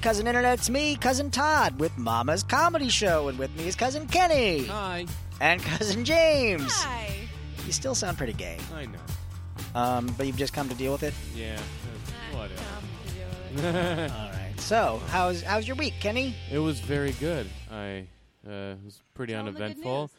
Cousin Internet, it's me, Cousin Todd, with Mama's Comedy Show, and with me is Cousin Kenny Hi. and Cousin James. Hi. You still sound pretty gay, I know. um, but you've just come to deal with it. Yeah. uh, Whatever. All right. So, how's how's your week, Kenny? It was very good. I uh, it was pretty Tell 'em the good uneventful. news.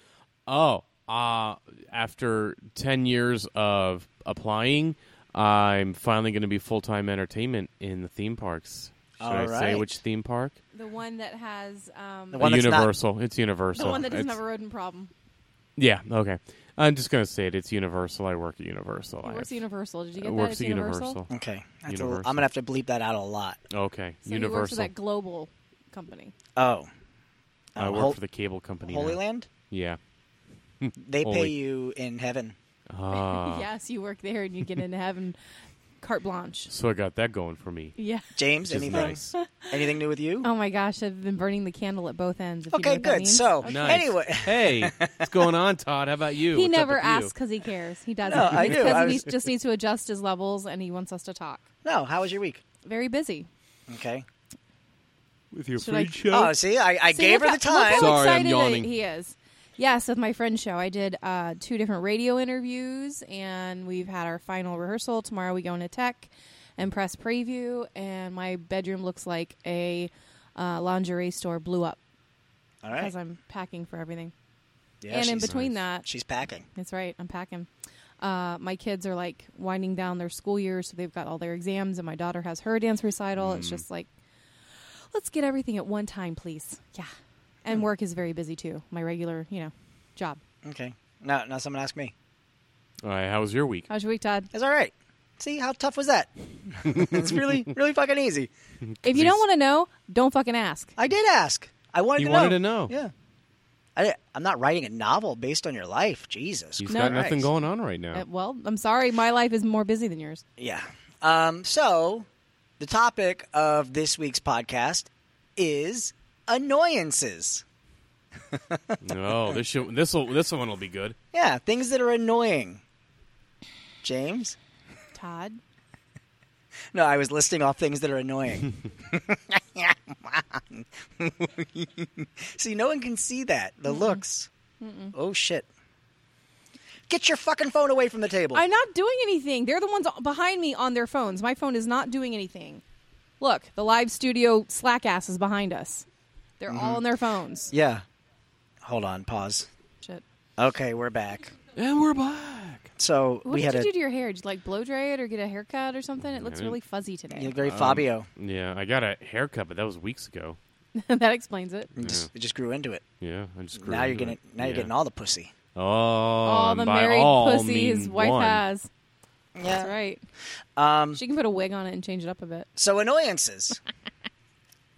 Oh, uh, after ten years of applying, I'm finally going to be full time entertainment in the theme parks. Should I say Alright. which theme park? The one that has um, The one that's not- Universal. It's Universal. the one that doesn't It's- have a rodent problem. Yeah. Okay. I'm just going to say it. It's Universal. I work at Universal. I Works have- Universal. Did you I get that? works It's at Universal. Okay, That's a, I'm Universal. gonna have to bleep that out a lot. Okay. So he works for Universal. that uh, global company. Oh, I Um, work Hol- for the cable company. Holy now. Land. Yeah. They pay Holy- you in heaven. Ah. yes, you work there and you get into heaven, carte blanche. So I got that going for me. Yeah. James, Which is anything? nice. Anything new with you? Oh my gosh, I've been burning the candle at both ends. If you know okay, what that good. means. So, Nice. anyway, hey, what's going on, Todd? How about you? he What's up never with you? asks because he cares. He doesn't. No, I It's do. 'cause I he was- just needs to adjust his levels and he wants us to talk. no. How was your week? Very busy. Okay. with your Should I- food show. Oh, see, I, I See, gave look her the how- look time. how Sorry, I'm excited I- yawning. He is. Yes, with my friend's show, I did uh, two different radio interviews, and we've had our final rehearsal tomorrow. We go into tech and press preview, and my bedroom looks like a uh, lingerie store blew up All right. because I'm packing for everything. Yeah, and in she's- between that, she's packing. that's right. I'm packing. Uh, my kids are like winding down their school year, so they've got all their exams, and my daughter has her dance recital. It's just like, let's get everything at one time, please. Yeah. And work is very busy too. My regular, you know, job. Okay. Now, now someone asked me. All right, how was your week? How's your week, Todd? It's all right. See how tough was that? it's really, really fucking easy. If you he's- don't want to know, don't fucking ask. I did ask. I wanted You to wanted to know. know. Yeah. I, I'm not writing a novel based on your life. Jesus. He's Christ. got nothing going on right now. Uh, well, I'm sorry. My life is more busy than yours. Yeah. Um, so, the topic of this week's podcast is annoyances. no, this should, this will this one will be good. Yeah, things that are annoying. James? Todd, No, I was listing off things that are annoying. see, no one can see that. The looks. Oh, shit. Get your fucking phone away from the table. I'm not doing anything. They're the ones behind me on their phones. My phone is not doing anything. Look, the live studio slack ass is behind us. They're all on their phones. yeah. Hold on, pause. Shit. Okay, we're back. And we're back. So What we did had you a do to your hair? Did you like blow dry it or get a haircut or something? It looks didn't- really fuzzy today. you look Um, very Fabio. Yeah, I got a haircut, but that was weeks ago. that explains it. You just, you just grew into it. Yeah, I just grew now you're into getting it. now you're Yeah. getting all the pussy. Oh, all all the married all pussy his mean wife one. has. Yeah. That's right. Um, She can put a wig on it and change it up a bit. So annoyances.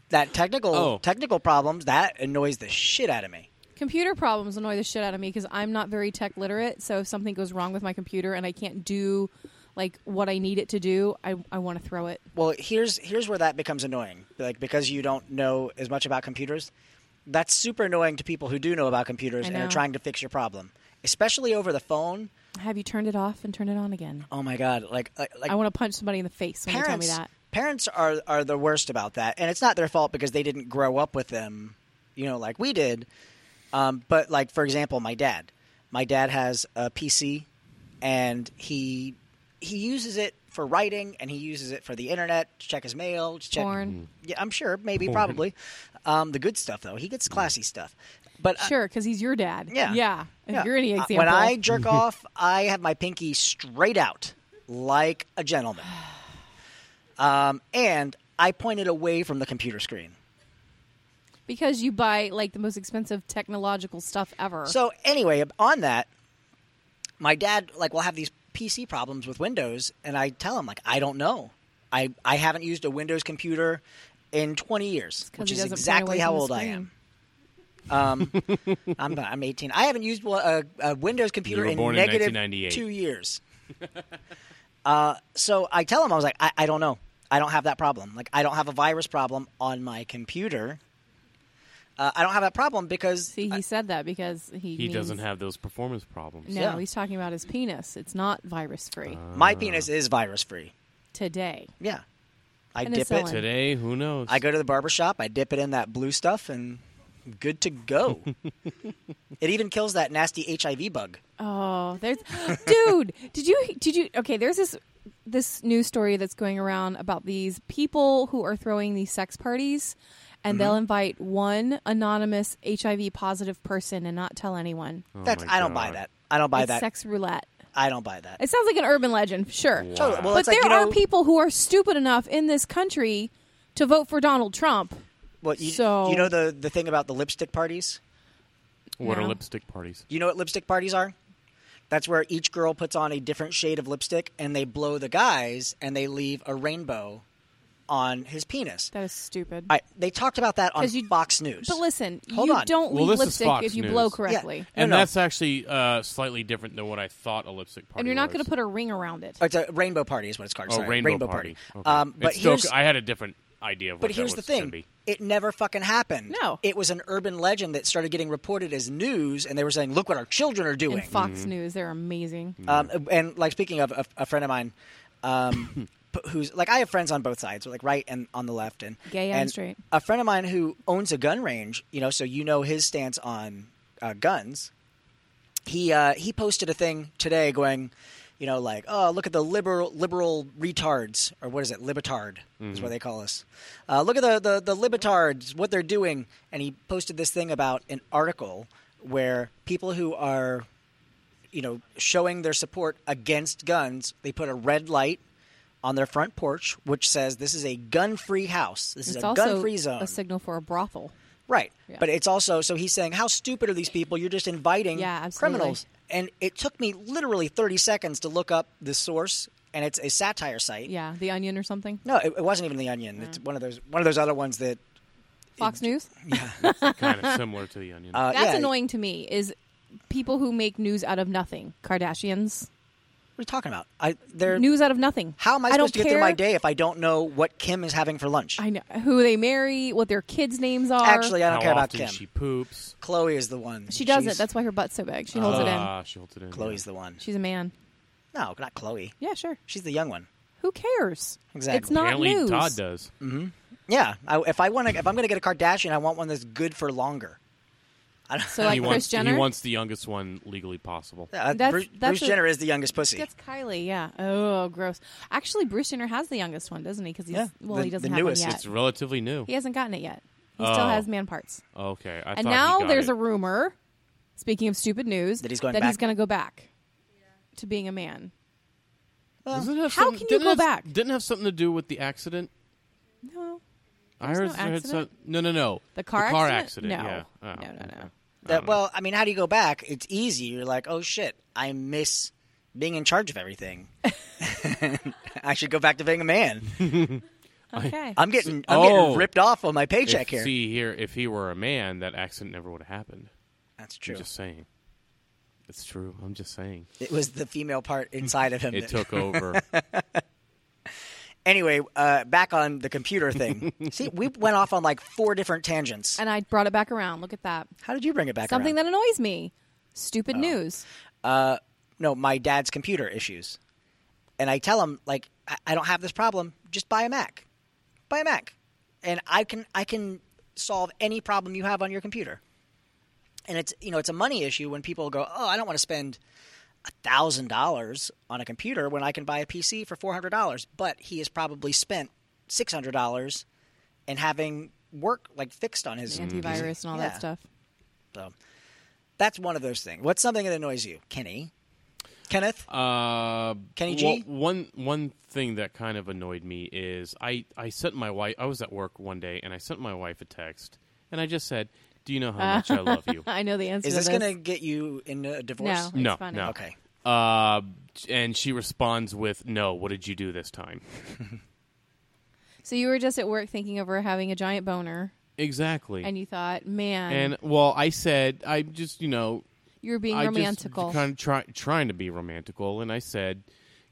that technical Oh. technical problems that annoys the shit out of me. Computer problems annoy the shit out of me because I'm not very tech literate. So if something goes wrong with my computer and I can't do like what I need it to do, I, I want to throw it. Well, here's here's where that becomes annoying. Like because you don't know as much about computers, that's super annoying to people who do know about computers I and are know. trying to fix your problem, especially over the phone. Have you turned it off and turned it on again? Oh my god! Like like, like I want to punch somebody in the face when parents they tell me that. parents are are the worst about that, and it's not their fault because they didn't grow up with them, you know, like we did. Um, but like for example, my dad, my dad has a PC, and he he uses it for writing, and he uses it for the internet to check his mail, to check Mm-hmm. Porn. Yeah, I'm sure, maybe, probably. Um, the good stuff though, he gets classy stuff. But uh, Sure, because he's your dad. yeah. Yeah. If you're any Uh, example. When I jerk off, I have my pinky straight out like a gentleman. Um, and I point it away from the computer screen. Because you buy like the most expensive technological stuff ever. So anyway, on that, my dad like will have these PC problems with Windows, and I tell him like I don't know, I I haven't used a Windows computer in 20 years, 'cause which he is doesn't point exactly away how from the old I screen. am. Um, I'm not- I'm 18. I haven't used a, a Windows computer were in born in negative 1998. two years. uh, so I tell him I was like I, I don't know, I don't have that problem. Like I don't have a virus problem on my computer. Uh, I don't have that problem because See, he said that because he He means- doesn't have those performance problems. No, Yeah. he's talking about his Uh. penis. It's not virus free My penis is virus free. today. Yeah. I And dip it's it. selling. Today, who knows? I go to the barber shop. I dip it in that blue stuff, and good to go. it even kills that nasty HIV bug. Oh, there's dude. Did you did you okay? There's this this news story that's going around about these people who are throwing these sex parties, Mm-hmm. and they'll invite one anonymous HIV positive person and not tell anyone. Oh That's my I don't buy God. that. I don't buy it's that. sex roulette. I don't buy that. It sounds like an urban legend, sure. Totally. Well, but it's like, there you know, are people who are stupid enough in this country to vote for Donald Trump. Well, you, So- you know the the thing about the lipstick parties. What are No. lipstick parties? You know what lipstick parties are? That's where each girl puts on a different shade of lipstick, and they blow the guys, and they leave a rainbow on his penis. That is stupid. I, they talked about that on 'Cause you- Fox News. but listen, Hold you on. don't Well, leave this is lipstick Fox if you News. blow Yeah. correctly. No, and no. that's actually uh, slightly different than what I thought a lipstick party. And you're not going was. to put a ring around it. It's a rainbow party is what it's called. oh Sorry, rainbow, party. Okay. Um, but It's here's, still, I had a different idea of what but that here's the was gonna thing. be. It never fucking happened. No. It was an urban legend that started getting reported as news, and they were saying, look what our children are doing. And Fox Mm-hmm. News, they're amazing. Um, and like speaking of a, a friend of mine, um, p- who's like I have friends on both sides, like right and on the left, and Gay and and straight. A friend of mine who owns a gun range, you know, so you know his stance on uh, guns. He uh, he posted a thing today going, you know, like oh look at the liberal liberal retards or what is it libetard is what they call us. Uh, look at the the the libertards what they're doing, and he posted this thing about an article where people who are you know, showing their support against guns, they put a red light on their front porch, which says this is a gun-free house. This It's is a also gun-free zone, a signal for a brothel. right? Yeah. But it's also so he's saying, how stupid are these people? You're just inviting Yeah, absolutely. criminals. And it took me literally 30 seconds to look up the source, and it's a satire site. Yeah, The Onion or something. No, it, it wasn't even The Onion. It's one of those one of those other ones that. Fox News. kind of similar to the onion. Uh, That's yeah, annoying to me. Is people who make news out of nothing. Kardashians. What are you talking about? I they're News out of nothing. How am I, don't supposed to get through my care- day if I don't know what Kim is having for lunch? I know who they marry, what their kids' names are. Actually, I don't How care about often Kim. she poops. Chloe is the one. she doesn't. She's- That's why her butt's so big. She holds it in. Ah, she holds it in. Chloe's the one. She's a man. No, not Chloe. Yeah, sure. She's the young one. Who cares? Exactly. It's not Apparently, news. Todd does. Yeah. I, if I want to, if I'm going to get a Kardashian, I want one that's good for longer. So like he Chris wants, Jenner. He wants the youngest one legally possible. Uh, That's- Bruce, that's Bruce a- Jenner is the youngest pussy. That's Kylie, yeah. Oh, gross. Actually, Bruce Jenner has the youngest one, doesn't he? Because he's Yeah, well, the- he doesn't the have newest. one yet. It's relatively new. He hasn't gotten it yet. He still Oh. has man parts. Okay, I And thought now he got there's it. a rumor, speaking of stupid news, That he's going back? to go back to being a man. Doesn't it have How something- can you didn't go have- back? Didn't have something to do with the accident. No, I heard, no I heard accident? some- no, no, no. the car, accident. No, Yeah. Oh, no, no, no. okay. Oh. that, Uh, well, I mean, how do you go back? It's easy. You're like, oh shit, I miss being in charge of everything. I should go back to being a man. Okay. I'm getting, I'm getting Oh. ripped off on my If- paycheck here. See here, if he were a man, that accident never would have happened. That's true. I'm just saying. It's true. I'm just saying. It was the female part inside of him. It that- took over. Anyway, uh, back on the computer thing. see, we went off on like four different tangents. and I brought it back around. Look at that. How did you bring it back? Something around? that annoys me. Oh. Stupid news. no, my dad's computer issues. And I tell him, like, I, I don't have this problem. Just buy a Mac. Buy a Mac. And I can I can solve any problem you have on your computer. And it's you know, it's a money issue when people go, Oh, I don't want to spend thousand dollars on a computer when I can buy a PC for four hundred dollars. But he has probably spent six hundred dollars and having work like fixed on Mm. his Antivirus and all Yeah. that stuff. So that's one of those things. What's something that annoys you, Kenny? Kenneth? Uh, Kenny well, G? one one thing that kind of annoyed me is I I sent my wife. I was at work one day and I sent my wife a text and I just said, "Do you know how much I love you?" I know the answer Is to this going to get you in a divorce? No. It's no, funny. no. Okay. Uh, and she responds with, "No, what did you do this time?" So you were just at work thinking of her having a giant boner, Exactly. and you thought, man, and well, I said, I just you know you were being I romantical. Just kind of try, trying to be romantical, and I said,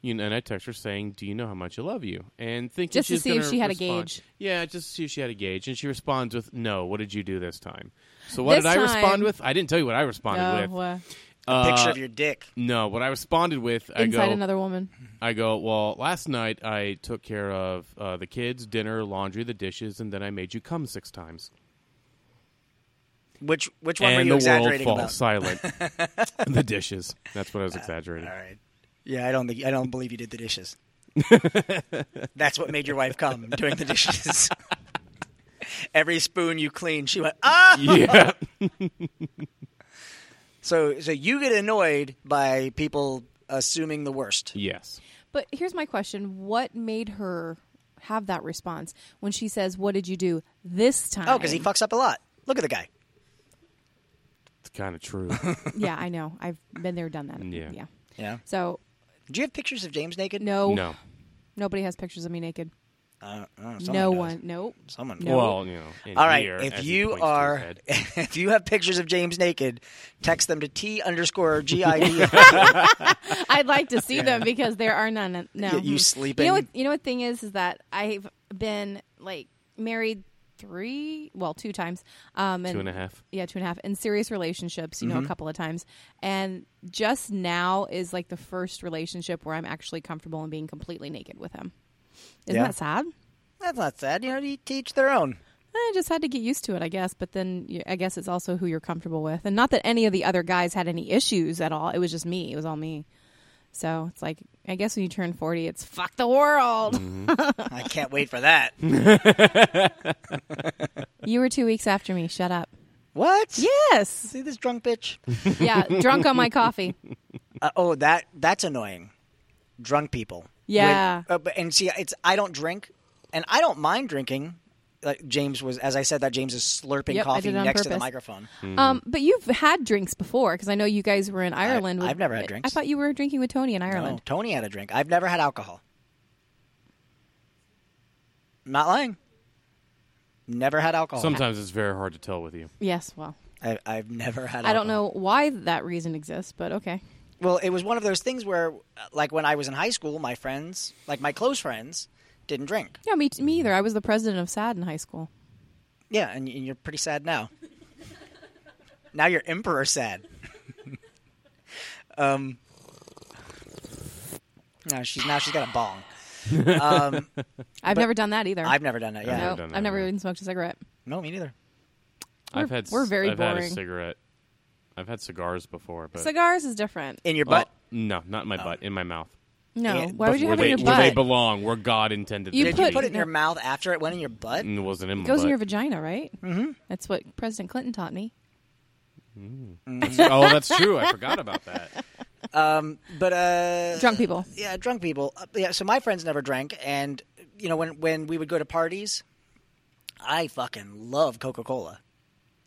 you know, and I text her saying, "Do you know how much I love you?" And thinking Just to she's see if gonna she had a respond- gauge. Yeah, just to see if she had a gauge, and she responds with, "No, what did you do this time?" So what This did I respond time- with? I didn't tell you what I responded Oh, with. well. A picture Uh, of your dick. No, what I responded with, I inside go, another woman. I go, well, last night I took care of uh, the kids, dinner, laundry, the dishes, and then I made you come six times. Which which one were and you the world exaggerating falls about? silent. the dishes. That's what I was exaggerating. All right. Yeah, I don't think I don't believe you did the dishes. That's what made your wife come doing the dishes. Every spoon you cleaned, she went ah. Yeah. So so you get annoyed by people assuming the worst. yes. But here's my question: What made her have that response when she says, "What did you do this time?" Oh, because he fucks up a lot. Look at the guy. It's kind of true. yeah, I know. I've been there, done that. Yeah. yeah. Yeah. So Do you have pictures of James naked? no, no. nobody has pictures of me naked. Uh, uh, someone no does. one. Nope. Someone. No. Well, you know. in All right. here, as if he you points to his are, head. if you have pictures of James naked, text them to t underscore g i E. d. I'd like to see them because there are none. No, You- you Mm. sleeping. You know what? You know what thing is is that I've been like married three, well, two times. Um, and Two and a half. Yeah, two and a half. In serious relationships, you know, a couple of times, and just now is like the first relationship where I'm actually comfortable in being completely naked with him. Isn't Yeah. that sad? That's not sad. You know, you teach their own. I just had to get used to it, I guess. But then you, I guess it's also who you're comfortable with. And not that any of the other guys had any issues at all. It was just me. It was all me. So it's like, I guess when you turn 40, it's fuck the world. Mm-hmm. I can't wait for that. you were two weeks after me. Shut up. What? Yes. See this drunk bitch? Yeah. Drunk on my coffee. Uh, oh, that that's annoying. Drunk people. Yeah. When- uh, but, and see, it's I don't drink, and I don't mind drinking. Like James was, as I said, that James is slurping Yep, I coffee did it on next to the purpose. microphone. Um, but you've had drinks before because I know you guys were in Ireland. with- Mm-hmm. I've never had drinks. I thought you were drinking with Tony in No, Ireland. Oh, Tony had a drink. I've never had alcohol. Not lying. Never had alcohol. Sometimes it's very hard to tell with you. Yes. Well, I, I've never had. Alcohol. I don't know why that reason exists, but okay. Well, it was one of those things where, uh, like, when I was in high school, my friends, like my close friends, didn't drink. Yeah, me, me either. I was the president of SAD in high school. Yeah, and, and you're pretty sad now. now you're emperor sad. um, no, she's now she's got a bong. Um, I've never done that either. I've never done that. I've Yeah, never No, done that I've never either. even smoked a cigarette. no, me neither. I've had. we're c- very I've had a boring. cigarette. I've had cigars before, but Cigars is different. In your Well, butt. no, not in my butt. In my mouth. No, Yeah, Oh. why would you where have it they, in your where they butt? belong, where God intended You them Did to you put- be. put it in your mouth after it went in your butt? It wasn't in my it goes butt. in your vagina, right? Mm-hmm. That's what President Clinton taught me. oh, that's true. I forgot about that. Um, but uh, Drunk people. yeah, drunk people. Uh, yeah, so my friends never drank, and you know when when we would go to parties, I fucking love Coca Cola.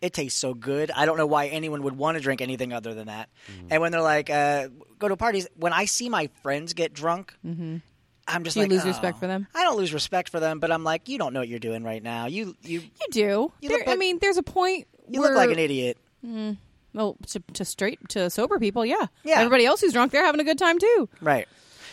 It tastes so good. I don't know why anyone would want to drink anything other than that. Mm-hmm. And when they're like, uh, go to parties, when I see my friends get drunk, I'm just Mm-hmm. Do you like, lose "Oh." respect for them? I don't lose respect for them, but I'm like, you don't know what you're doing right now. You you You do. You There- look I like- mean, there's a point. you where, look like an idiot. Well, to, to straight to sober people, yeah. Yeah. Everybody else who's drunk, they're having a good time too. Right.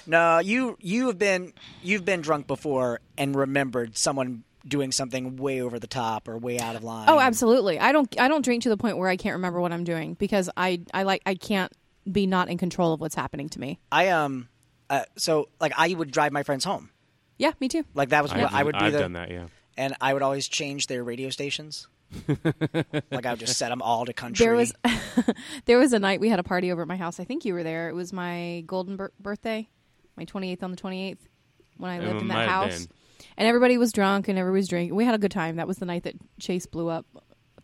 No, you you have been you've been drunk before and remembered someone doing something way over the top or way out of line. Mm. Oh, absolutely. I don't. I don't drink to the point where I can't remember what I'm doing because I. I like. I can't be not in control of what's happening to me. I um uh, so like I would drive my friends home. Yeah, me too. Like that was what I would be I've the done that. Yeah. and I would always change their radio stations. like I would just set them all to country. There was there was a night we had a party over at my house. I think you were there. It was my golden bir- birthday, my 28th on the 28th when I It lived in might that have house. been. And everybody was drunk and everybody was drinking. We had a good time. That was the night that Chase blew up,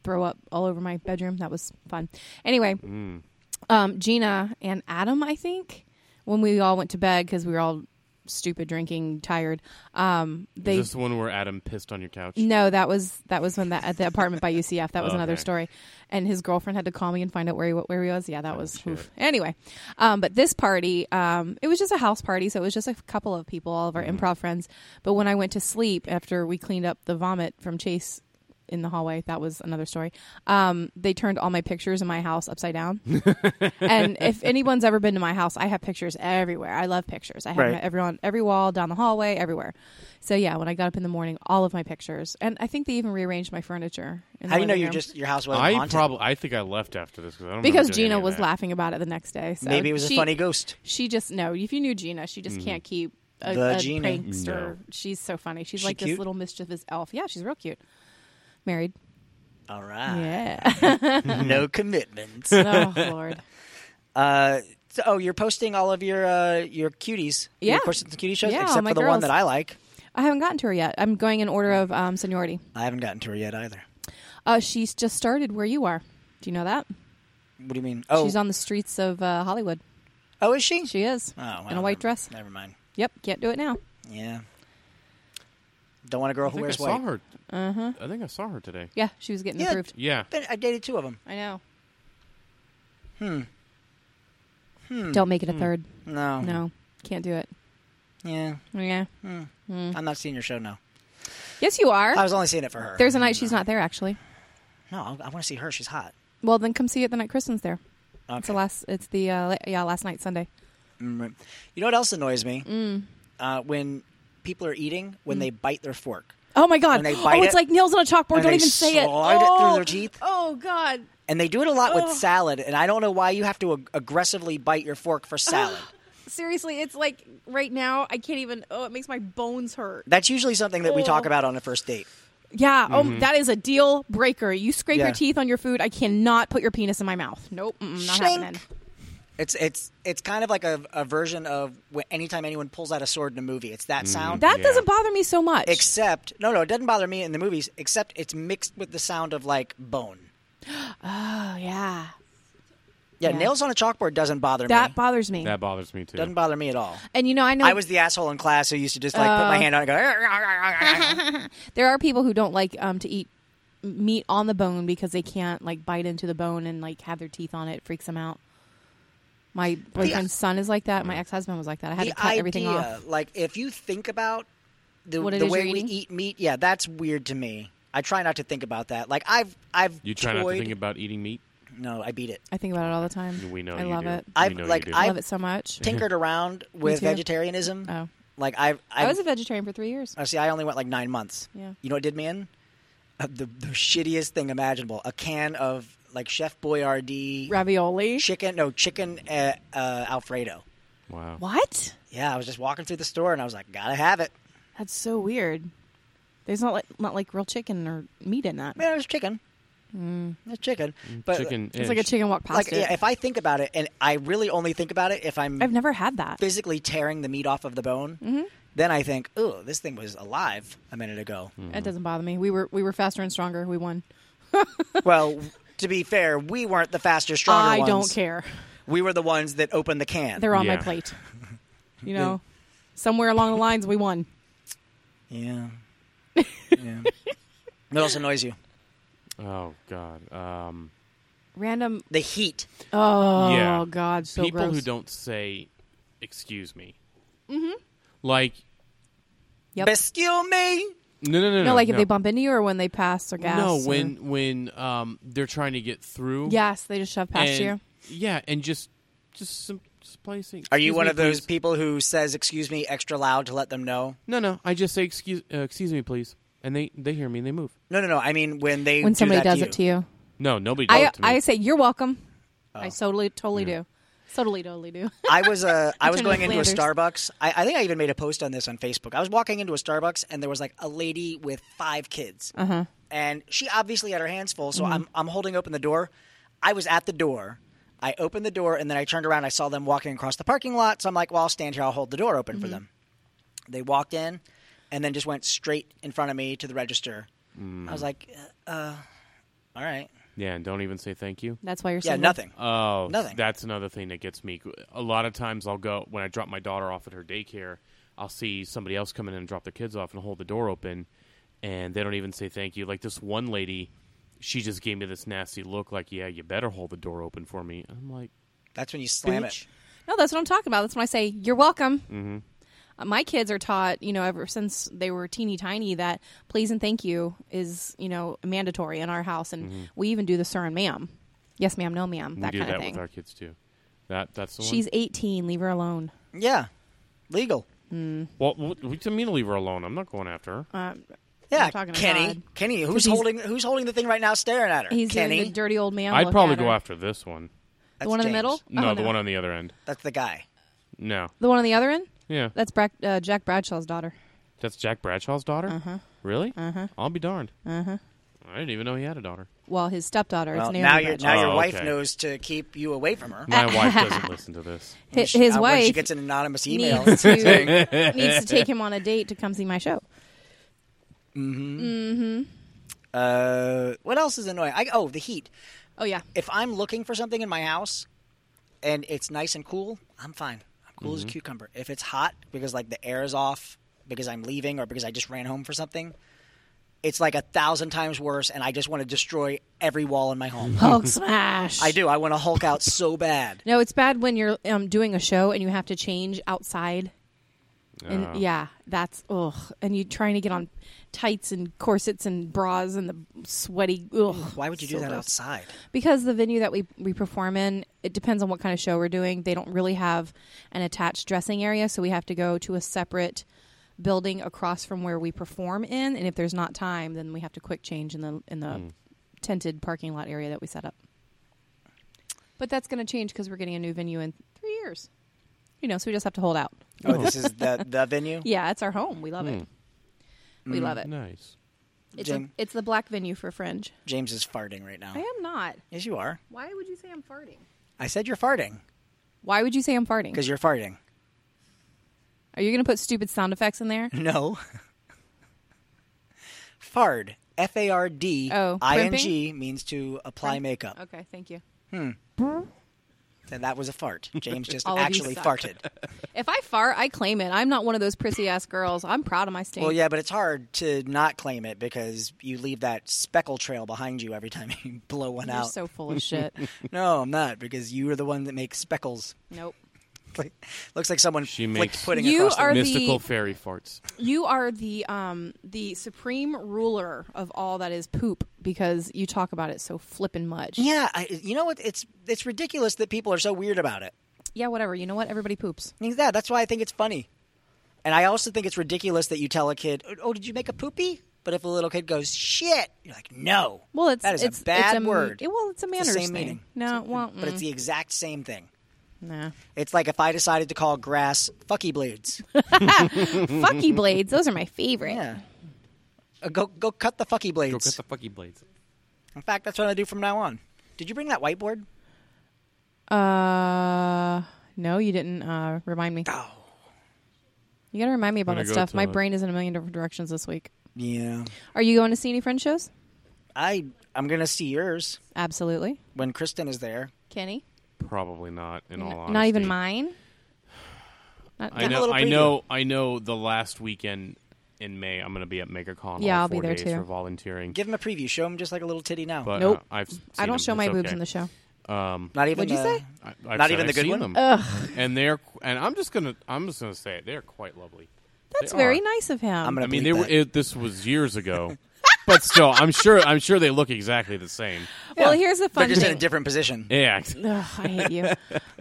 throw up all over my bedroom. That was fun. Anyway, Mm. um, Gina and Adam, I think, when we all went to bed because we were all stupid, drinking, tired. Um, Is they this the one where Adam pissed on your couch? no, that was that was when that at the apartment by UCF. That was another Okay. story. And his girlfriend had to call me and find out where he where he was. Yeah, Oh, that was oof. anyway. Um, but this party, um, it was just a house party, so it was just a couple of Mm-hmm. people, all of our improv friends. But when I went to sleep after we cleaned up the vomit from Chase in the hallway. That was another story. Um, they turned all my pictures in my house upside down. and if anyone's ever been to my house, I have pictures everywhere. I love pictures. I have Right. my- every on every wall, down the hallway, everywhere. So yeah, when I got up in the morning, all of my pictures, and I think they even rearranged my furniture. In How the do you know living you room. just your house wasn't I haunted? probably I think I left after this 'cause I don't remember because doing any Gina of was that. laughing about it the next day. So Maybe it was she, a funny ghost. She just no. If you knew Gina, she Mm. just can't keep a, The a Gina. prankster. She's so funny. She's She like this cute? little mischievous elf. Yeah, she's real cute. Married. All right, Yeah. no commitments. oh Lord. Uh, so, oh, you're posting all of your uh, your cuties. Yeah. your Quirks and cutie shows, Yeah, all except my for the one girls. that I like. I haven't gotten to her yet. I'm going in order of um, seniority. I haven't gotten to her yet either. Uh, she's just started where you are. Do you know that? What do you mean? Oh, She's on the streets of uh, Hollywood. oh, is she? She is oh, well, in a white never- dress. Never mind. Yep, can't do it now. Yeah, don't want a girl I who think I wears saw white. her. Uh-huh. I think I saw her today. Yeah, she was getting Yeah. approved. Yeah. But I dated two of them. I know. Hmm. Don't make it a third. No, No, can't do it. yeah, Oh, Yeah. Mm. I'm not seeing your show now. Yes, you are. I was only seeing it for her. There's a night she's not there, actually. no, I, want to see her. She's hot. Well, then come see it the night Kristen's there. It's Okay. the last. It's the uh, la- yeah last night Sunday. Mm. You know what else annoys me? Mm. Uh, when people are eating, when they bite their fork. Oh my god! And they oh, bite it's it, like nails on a chalkboard. and Don't they even say it. slide it through oh, their teeth. Oh god! And they do it a lot Ugh. with salad, and I don't know why you have to ag- aggressively bite your fork for salad. Seriously, it's like right now I can't even. Oh, it makes my bones hurt. That's usually something that we talk about on a first date. Yeah. Oh, that is a deal breaker. You scrape Yeah. your teeth on your food. I cannot put your penis in my mouth. Nope. Mm-mm, not Shrink. happening. It's it's it's kind of like a, a version of wh- anytime anyone pulls out a sword in a movie. It's that sound. That Yeah. doesn't bother me so much. except no no, it doesn't bother me in the movies. Except it's mixed with the sound of like bone. oh yeah, Yeah, Yeah. nails on a chalkboard doesn't bother that me. bothers me. That bothers me too. doesn't bother me at all. and you know, I Oh. know I was the asshole in class who used to just like put my hand on it and go. there are people who don't like um, to eat m- meat on the bone because they can't like bite into the bone and like have their teeth on it. It freaks them out. My boyfriend's son is like that. My ex husband was like that. I had to the cut idea, everything off. like if you think about the, What it the is way you're we eating? eat meat, yeah, that's weird to me. I try not to think about that. Like I've, I've you try toyed, not to think about eating meat. No, I beat it. I think about it all the time. We know I you love do. it. I've, we know like, you do. I I- love it so much. Tinkered around with Mm-hmm. too. vegetarianism. Oh, Like I've, I I've was a vegetarian for three years. uh, see. I only went like nine months. Yeah. You know what did me in? Uh, the, the shittiest thing imaginable. A can of like Chef Boyardee Ravioli. chicken. No chicken uh, uh, Alfredo. wow. What? Yeah, I was just walking through the store and I was like, gotta have it. That's so weird. There's not like not like real chicken or meat in that. I mean, it was chicken. Mm. It's chicken, but Chicken. It's like a chicken walk like pasta. yeah, if I think about it, and I really only think about it if I'm I've never Mm-hmm. had that. physically tearing the meat off of the bone, then I think, oh, this thing was alive a minute ago. It doesn't bother me. We were we were faster and stronger. We won. well, to be fair, we weren't the faster, stronger I ones. don't care. We were the ones that opened the can. They're on my Yeah. plate. You know, somewhere along the lines we won. yeah. yeah. What else annoys you? Oh God. Um, Random. The heat. Oh yeah. God, so people gross. who don't say, "Excuse me." Mm-hmm. Like Yep. Rescue me. no, no, no, no. no, like if no. they bump into you or when they pass or gas. No, or- when when um they're trying to get through. yes, they just shove past and- you. Yeah, and just just some just placing. Are you "Excuse one me, of those please." people who says "excuse me" extra loud to let them know? No, no. I just say excuse uh, excuse me, please, and they they hear me and they move. No, no, no. I mean, when they When do somebody that does to it to you, No, nobody. does I it to Oh. me. I say you're welcome. I totally totally do. Totally totally do. I was uh, I was turned going into into a Flanders. Starbucks. I, I think I even made a post on this on Facebook. I was walking into a Starbucks and there was like a lady with five kids, uh-huh. and she obviously had her hands full. So I'm I'm holding open the door. I was at the door. I opened the door and then I turned around. I saw them walking across the parking lot. So I'm like, well, I'll stand here. I'll hold the door open for them. They walked in, and then just went straight in front of me to the register. I was like, uh, uh, all right, Yeah, and don't even say thank you. That's why you're yeah, single. nothing. Oh, Nothing. That's another thing that gets me. A lot of times I'll go when I drop my daughter off at her daycare. I'll see somebody else come in and drop their kids off and hold the door open, and they don't even say thank you. Like this one lady, she just gave me this nasty look, like "Yeah, you better hold the door open for me." And I'm like, That's when you slam Bitch. it. Mm-hmm. No, that's what I'm talking about. That's when I say you're welcome. Uh, My kids are taught, you know, ever since they were teeny tiny, that please and thank you is, you know, mandatory in our house, and we even do the sir and ma'am, yes ma'am, no ma'am, Mm-hmm. We that do kind that of thing. with our kids too. That that's the She's 18. Leave her alone. Yeah, legal. one. Well, we we mean to leave her alone. I'm not going after her. Um, Yeah, I'm talking to Kenny. God. Kenny, who's 'Cause he's- holding who's holding the thing right now, staring at her? he's doing Kenny, the dirty old man. I'd look probably at go her. Oh, after this one. That's the one in the James. middle. No, Oh, the one on the other end. That's the guy. No, The one on the other end. yeah, That's Brack, uh, Jack Bradshaw's daughter. that's Jack Bradshaw's daughter. Uh-huh. Really? Uh-huh. I'll be darned. Uh huh. I didn't even know he had a daughter. Well, his stepdaughter. Well, it's Naomi now your Bradshaw. now your Oh, wife okay. knows to keep you away from her. My wife doesn't listen to this. When His, she- his uh, when she wife gets an anonymous email. needs to needs to take him on a date to come see my show. uh, what else is annoying? I, oh, the heat. Oh yeah, If I'm looking for something in my house, and it's nice and cool, I'm fine. I'm cool Mm-hmm. as a cucumber. If it's hot because like the air is off because I'm leaving or because I just ran home for something, it's like a thousand times worse, and I just want to destroy every wall in my home. Hulk smash. I do. I want to Hulk out so bad. No, it's bad when you're um, doing a show and you have to change outside. And Uh, yeah, that's ugh. And you trying to get on tights and corsets and bras and the sweaty ugh. Why would you do So that gross. outside? Because the venue that we we perform in, it depends on what kind of show we're doing. They don't really have an attached dressing area, so we have to go to a separate building across from where we perform in. And if there's not time, then we have to quick change in the in the tented parking lot area that we set up. But that's going to change because we're getting a new venue in three years. You know, so we just have to hold out. Oh, this is the the venue. Yeah, it's our home. We love it. We love it. Nice. It's, a, Jim. it's the black venue for Fringe. James is farting right now. I am not. Yes, you are. Why would you say I'm farting? I said you're farting Why would you say I'm farting? because you're farting. Are you going to put stupid sound effects in there? No. Fard. F A R D Oh, I N G means to apply makeup. Okay, thank you. And that was a fart. James just All of you actually suck. farted. If I fart, I claim it. I'm not one of those prissy ass girls. I'm proud of my stink. Well, yeah, but it's hard to not claim it because you leave that speckle trail behind you every time you blow one You're out. so full of shit. no, I'm not because you are the one that makes speckles. nope. Like, looks like someone She flicked makes- pudding You across the are the- Mystical fairy farts. You are the um the supreme ruler of all that is poop because you talk about it so flippin' much. Yeah, I, you know what? It's it's ridiculous that people are so weird about it. Yeah, whatever. You know what? Everybody poops. I mean, Yeah, that's why I think it's funny. And I also think it's ridiculous that you tell a kid, "Oh, "Oh, did you make a poopy?" But if a little kid goes, "Shit," you're like, "No." Well, it's that is it's a bad it's a, word. it- well, it's a It's manners the same thing. meaning. No, It's- well, but it's mm, the exact same thing. nah. It's like if I decided to call grass "fucky blades." Fucky mm. blades. Those are my favorite. Yeah. Uh, go go cut the fucky blades. Go cut the fucky blades. In fact, that's what I do from now on. Did you bring that whiteboard? Uh, no, you didn't uh, remind me. Oh. You gotta remind me about When I that go stuff. to My the- brain is in a million different directions this week. Yeah. Are you going to see any friend shows? I I'm gonna see yours Absolutely. when Kristen is there. Kenny? Probably not. In all honesty, Not even mine? Not- I a know. little I preview. know. I know. The last weekend in May, I'm going to be at MegaCon. Yeah, all I'll be four there days too. for volunteering. Give him a preview. Show him just like a little titty now. But, Nope. uh, I've I don't show my boobs in the show. show. Um, not even. uh, What'd you the- say? I, I've Not said even the I've good seen one? Them. And they're qu- and I'm just gonna I'm just gonna say it. They're quite lovely. That's They very are. nice of him. I'm gonna. I mean, bleep they were. that. It, this was years ago, but still, I'm sure. I'm sure they look exactly the same. well, Yeah. here's the They're fun just thing. in a different position. Yeah. Ugh, I hate you.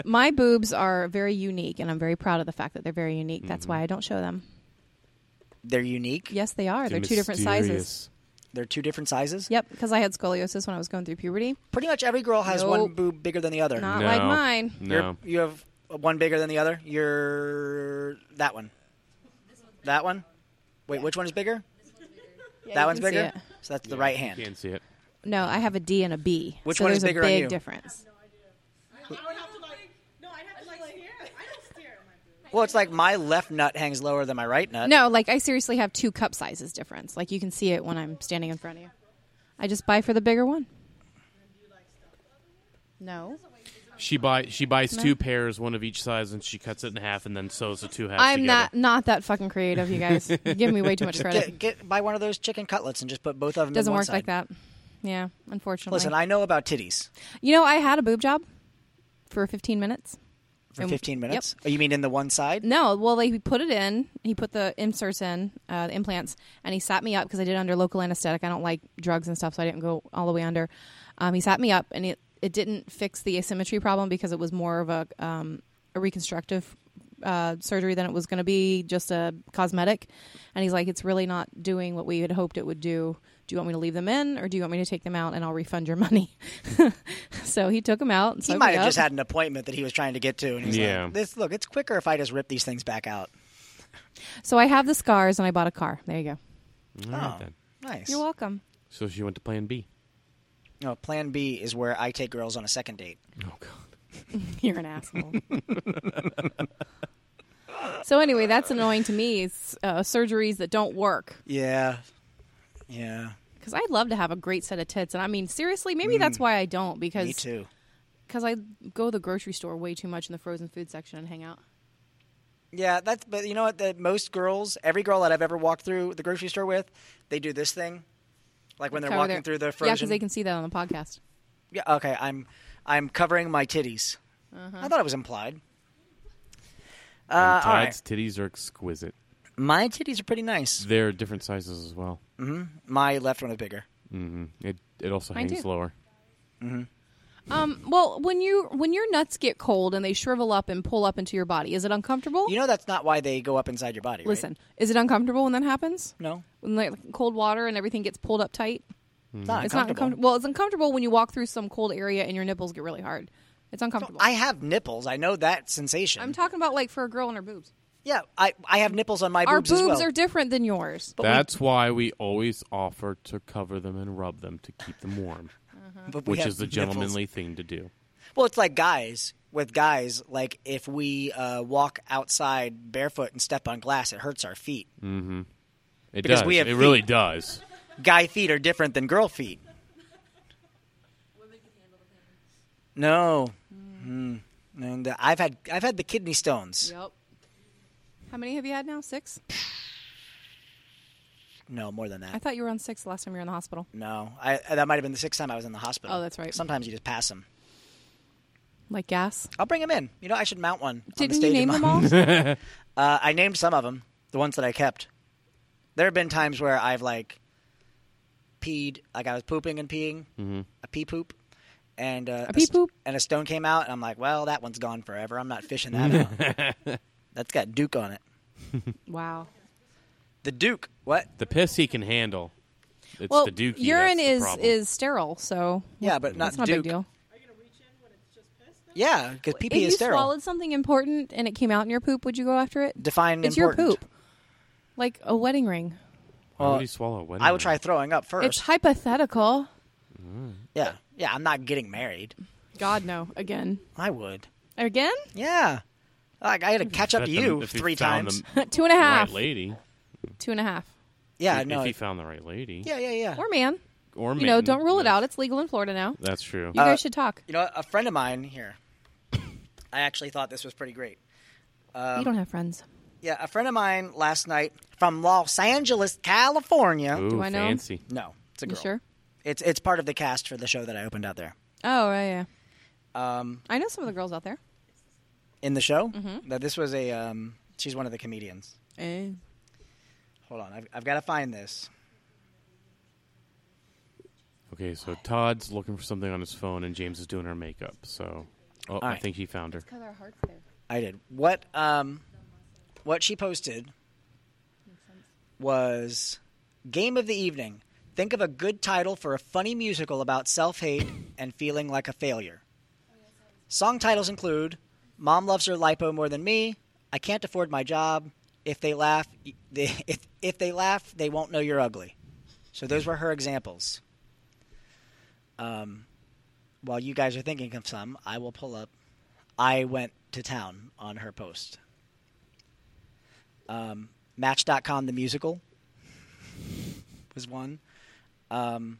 my boobs are very unique, and I'm very proud of the fact that they're very unique. That's Mm-hmm. why I don't show them. They're unique. Yes, they are. They're two different sizes. They're two different sizes. Yep, because I had scoliosis when I was going through puberty. Pretty much every girl has one Nope. boob bigger than the other. Not No. like mine. You're- No. You have one bigger than the other. You're that one. That one. Wait, which one is bigger? that one's can see bigger. it. So that's the right hand. You can't see it. No, I have a D and a B. Which so one there's is bigger a on big you? difference. I would have to like. No, I'd have to like stare. I don't stare at my boobs. Well, it's like my left nut hangs lower than my right nut. No, like I seriously have two cup sizes difference. Like you can see it when I'm standing in front of you. I just buy for the bigger one. No, She buy she buys two pairs, one of each size, and she cuts it in half and then sews the two halves I'm together. not not that fucking creative. You guys You give me way too much Get, credit. get buy one of those chicken cutlets and just put both of them. in Doesn't one work side. like that. Yeah, unfortunately. Listen, I know about titties. you know I had a boob job for 15 minutes. for And- 15 yep. minutes? Oh, you mean in the one side? No, well, like he put it in. He put the inserts in, uh, the implants, and he sat me up because I did under local anesthetic. I don't like drugs and stuff, so I didn't go all the way under. Um, he sat me up, and it it didn't fix the asymmetry problem because it was more of a um, a reconstructive uh, surgery than it was going to be just a cosmetic. And he's like, "It's really not doing what we had hoped it would do." Do you want me to leave them in, or do you want me to take them out and I'll refund your money? so he took them out. And He sewed might me have up. just had an appointment that he was trying to get to, and he's Yeah. like, "This look, it's quicker if I just rip these things back out." So I have the scars, and I bought a car. There you go. All Oh, right, then. nice. You're welcome. So she went to Plan B. No, Plan B is where I take girls on a second date. Oh God. You're an asshole. so anyway, that's annoying to me. Is uh, surgeries that don't work Yeah, yeah. because I'd love to have a great set of tits, and I mean seriously, maybe that's why I don't Mm. Me because too. because I go to the grocery store way too much in the frozen food section and hang out. Yeah, that's. But you know what? That most girls, every girl that I've ever walked through the grocery store with, they do this thing, like when they're Cover walking their- through the yeah, frozen. because they can see that on the podcast. Yeah, okay. I'm I'm covering my titties. Uh-huh. I thought it was implied. Uh, and all right. Todd's titties are exquisite. My titties are pretty nice. They're different sizes as well. My left one is bigger. hmm It it also Mine hangs too. lower. Um, well, when you when your nuts get cold and they shrivel up and pull up into your body, is it uncomfortable? You know that's not why they go up inside your body. right? Listen, is it uncomfortable when that happens? no, When like cold water and everything gets pulled up tight? Mm-hmm. it's not It's not uncomfortable. uncomfortable. Well, it's uncomfortable when you walk through some cold area and your nipples get really hard. It's uncomfortable. I have nipples. I know that sensation. am talking about like for a girl and her boobs. yeah, I I have nipples on my Our boobs, boobs, as well. are different than yours. That's why we always offer to cover them and rub them to keep them warm, but we which have is the nipples. gentlemanly thing to do. Well, it's like guys with guys. Like if we uh, walk outside barefoot and step on glass, it hurts our feet. Mm. It Because does. we have it feet. really does. Guy feet are different than girl feet. No, Mm. and uh, I've had I've had the kidney stones. yep. How many have you had now? Six? No, more than that. I thought you were on six the last time you were in the hospital. no, I, that might have been the sixth time I was in the hospital. Oh, that's right. Sometimes you just pass them. Like gas. I'll bring them in. You know, I should mount one. Didn't on the you stage name in them my- all? Uh, I named some of them, the ones that I kept. There have been times where I've like peed, like I was pooping and peeing, a pee poop, and uh, A pee st- poop? and a stone came out, and I'm like, well, that one's gone forever. I'm not fishing that out. That's got Duke on it. wow. The Duke, what? The piss he can handle. It's Well, the dookie. urine that's the is problem. is sterile, so Yeah, but not it's not a Duke. big deal. Are you gonna reach in when it's just piss? Though? Yeah, because pee if pee is you sterile. swallowed something important and it came out in your poop, would you go after it? Define it's important. your poop, like a wedding ring. Why Well, would he swallow? What I would try throwing up first. It's hypothetical. yeah, yeah. I'm not getting married. God no, again, I would. again, Yeah. Like I had to Hmm. catch up to you if he three found times. The two and a half, right lady. two and a half, Yeah, if, no. if he found the right lady. yeah, yeah, yeah. or man. Or You know, man. don't rule it out. It's legal in Florida now. That's true. Uh, You guys should talk. You know, what? a friend of mine here. I actually thought this was pretty great. uh, you don't have friends. Yeah, a friend of mine last night from Los Angeles, California. Ooh, do I know him? fancy. No, it's a You girl. sure? It's it's part of the cast for the show that I opened out there. Oh yeah, yeah. Um, I know some of the girls out there. in the show, Mm-hmm. that this was a um, she's one of the comedians. eh, Hold on, I've, I've got to find this. Okay, so Todd's looking for something on his phone, and James is doing her makeup. So, oh, I right. think he found her. Because our hearts there. I did. What um what she posted was game of the evening. Think of a good title for a funny musical about self-hate and feeling like a failure. Song titles include Mom Loves Her Lipo More Than Me, I Can't Afford My Job, If They Laugh, y- they, if, if They Laugh, They Won't Know You're Ugly. So those were her examples. Um, while you guys are thinking of some, I will pull up I went to town on her post. Um, Match.com, the musical, was one. Um,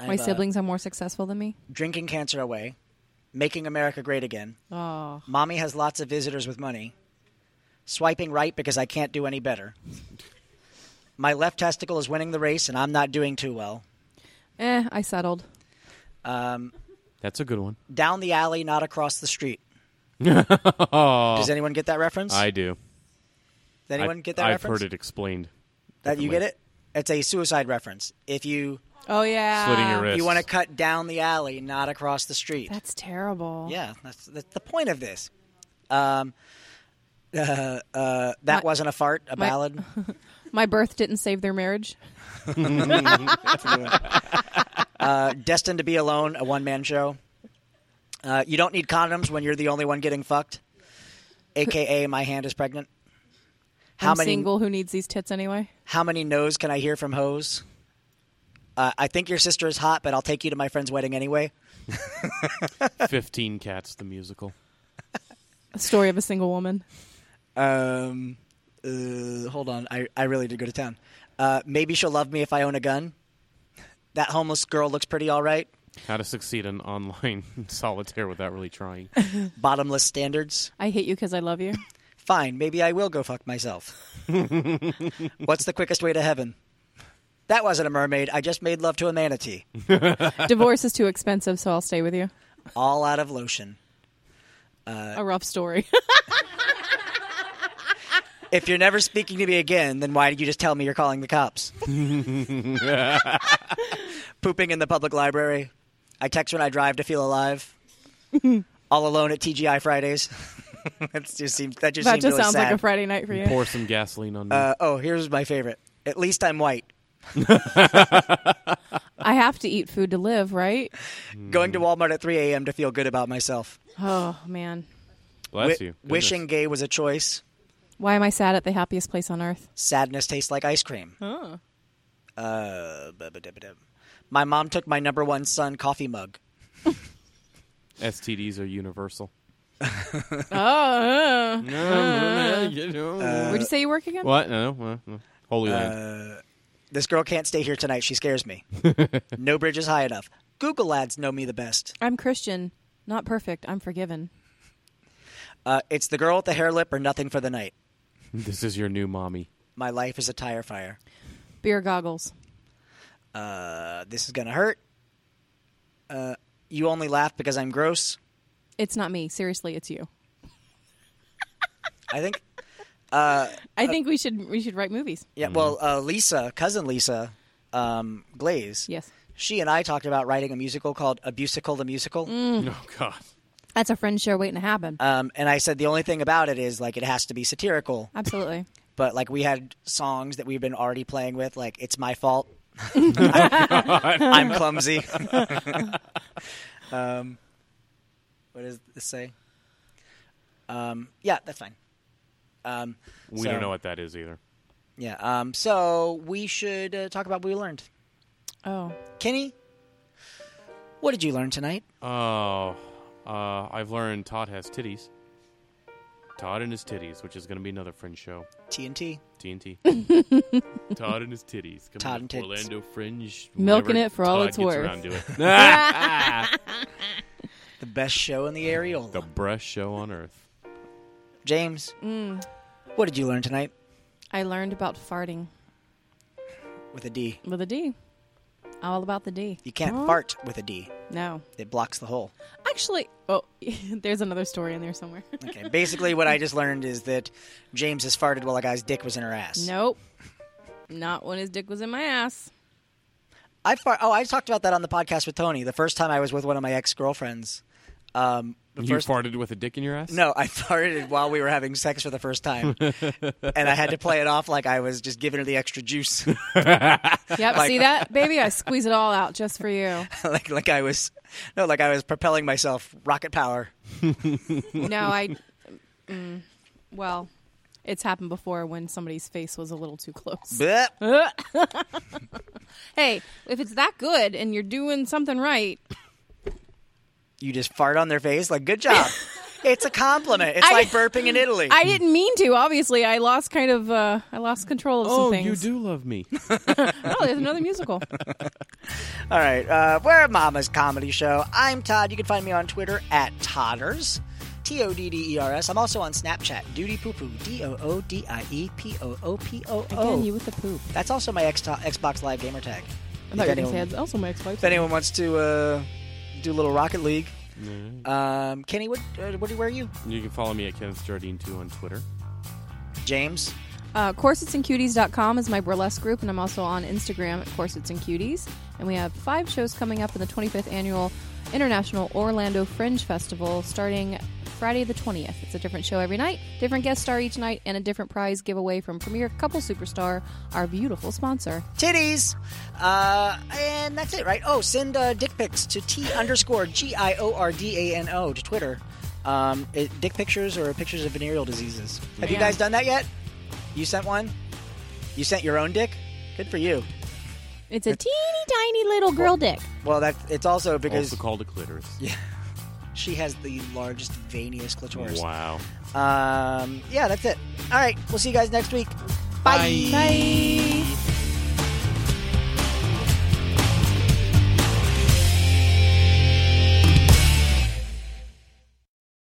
I My have, uh, siblings are more successful than me. Drinking Cancer Away, Making America Great Again, Oh, Mommy Has Lots of Visitors with Money, Swiping Right Because I Can't Do Any Better, My Left Testicle is Winning the Race and I'm Not Doing Too Well, eh. I settled. um, That's a good one. Down the Alley, Not Across the Street. Does anyone get that reference? I do. Does anyone I've, get that I've reference? heard it explained. That you get differently. it? It's a suicide reference. If you Oh yeah. Slitting your wrist. you want to cut down the alley, not across the street. That's terrible. yeah, that's, that's the point of this. Um, uh, uh, that My- wasn't a fart, a my- ballad. My birth didn't save their marriage. uh, Destined to be alone, a one man show. Uh, you don't need condoms when you're the only one getting fucked. AKA, my hand is pregnant. How I'm many single who needs these tits anyway? How many no's can I hear from hoes? Uh, I think your sister is hot, but I'll take you to my friend's wedding anyway. Fifteen Cats the musical. A story of a single woman. Um, uh, hold on, I, I really did go to town. Uh, maybe she'll love me if I own a gun. That homeless girl looks pretty all right. How to succeed in online solitaire without really trying. Bottomless standards. I hate you because I love you. Fine, maybe I will go fuck myself. What's the quickest way to heaven? That wasn't a mermaid. I just made love to a manatee. Divorce is too expensive, so I'll stay with you. All out of lotion. Uh, a rough story. If you're never speaking to me again, then why did you just tell me you're calling the cops? Pooping in the public library. I text when I drive to feel alive. All alone at TGI Fridays. that just seems that just that seemed just really sounds like sad. a Friday night for you. Pour some gasoline on me. uh, oh, here's my favorite. At least I'm white. I have to eat food to live, right? Going to Walmart at 3 a.m. to feel good about myself. Oh man, Bless Wi- you. Goodness. Wishing gay was a choice. why am I sad at the happiest place on earth? Sadness tastes like ice cream. Oh. Uh, ba-ba-da-ba-dum. my mom took my number one son coffee mug. STDs are universal. Oh, uh. what? Where'd you say you work again? No, no, no. Holy Land. This girl can't stay here tonight. She scares me. no bridge is high enough. Google ads know me the best. I'm Christian, not perfect. I'm forgiven. Uh, it's the girl with the hair lip or nothing for the night. This is your new mommy. My life is a tire fire. Beer goggles. Uh, this is gonna hurt. Uh, you only laugh because I'm gross. It's not me. Seriously, it's you. I think. I think we should we should write movies. Yeah. Mm-hmm. Well, uh, Lisa, cousin Lisa, um, Glaze. Yes, She and I talked about writing a musical called Abusical the Musical. Oh God. that's a friend share waiting to happen. Um, and I said the only thing about it is like it has to be satirical. Absolutely. but like we had songs that we've been already playing with like it's my fault i'm clumsy um, what does this say um, yeah that's fine um, We so- don't know what that is either. yeah um, so we should uh, talk about what we learned Oh, kenny what did you learn tonight Oh, uh, I've learned Todd has titties. Todd and his titties, which is going to be another friend show. tnt TNT. Todd and his titties. Coming Todd and to tits. Orlando Fringe. Milking whenever it for all Todd it's gets worth. around to it. the best show in the areola the brush show on earth. james Mm. what did you learn tonight I learned about farting with a d with a D. All about the D. you can't Huh? fart with a d No, it blocks the hole actually. Oh, there's another story in there somewhere. Okay. Basically, what I just learned is that James has farted while a guy's dick was in her ass. nope, not when his dick was in my ass. I fart. Oh, I talked about that on the podcast with Tony. The first time I was with one of my ex girlfriends. Um, the You first. farted with a dick in your ass? no, I farted while we were having sex for the first time, and I had to play it off like I was just giving her the extra juice, Yep, see that, baby? I squeeze it all out just for you. like like I was, no, like I was propelling myself, rocket power. No, I. Mm, well, it's happened before when somebody's face was a little too close. Bleh. hey, if it's that good and you're doing something right, You just fart on their face, like good job. it's a compliment. It's I- like burping in Italy. Mm. I didn't mean to. Obviously, I lost kind of uh, I lost control of some Oh, things. you do love me. Oh, there's another musical. All right, uh, we're Mama's Comedy Show. I'm Todd. You can find me on Twitter at Todders, T O D D E R S. I'm also on Snapchat, Duty Poo Poo, D O O D I E P O O P O Oh. Again, you O. with the poop. That's also my X- Xbox Live gamer tag. If I thought you were gonna say anyone, it's also my ex if anyone wants to uh, do a little Rocket League, Um, Kenny, what uh, what do where are you? You can follow me at Kenneth Jardine too on Twitter. James. Uh, corsetsandcuties.com is my burlesque group, and I'm also on Instagram at Corsets and Cuties. And we have five shows coming up in the 25th annual International Orlando Fringe Festival starting Friday the 20th. It's a different show every night, different guest star each night, and a different prize giveaway from Premier Couple Superstar, our beautiful sponsor. titties. Uh, and that's it, right? Oh, send uh, dick pics to T underscore G I O R D A N O to Twitter. Um, it, dick pictures or pictures of venereal diseases. Have you Yeah. guys done that yet? You sent one? You sent your own dick? Good for you. It's a teeny tiny little girl dick. Well, that it's also because Also called a clitoris. she has the largest venous clitoris. Wow. Um, yeah, that's it. All right, we'll see you guys next week. Bye. Bye.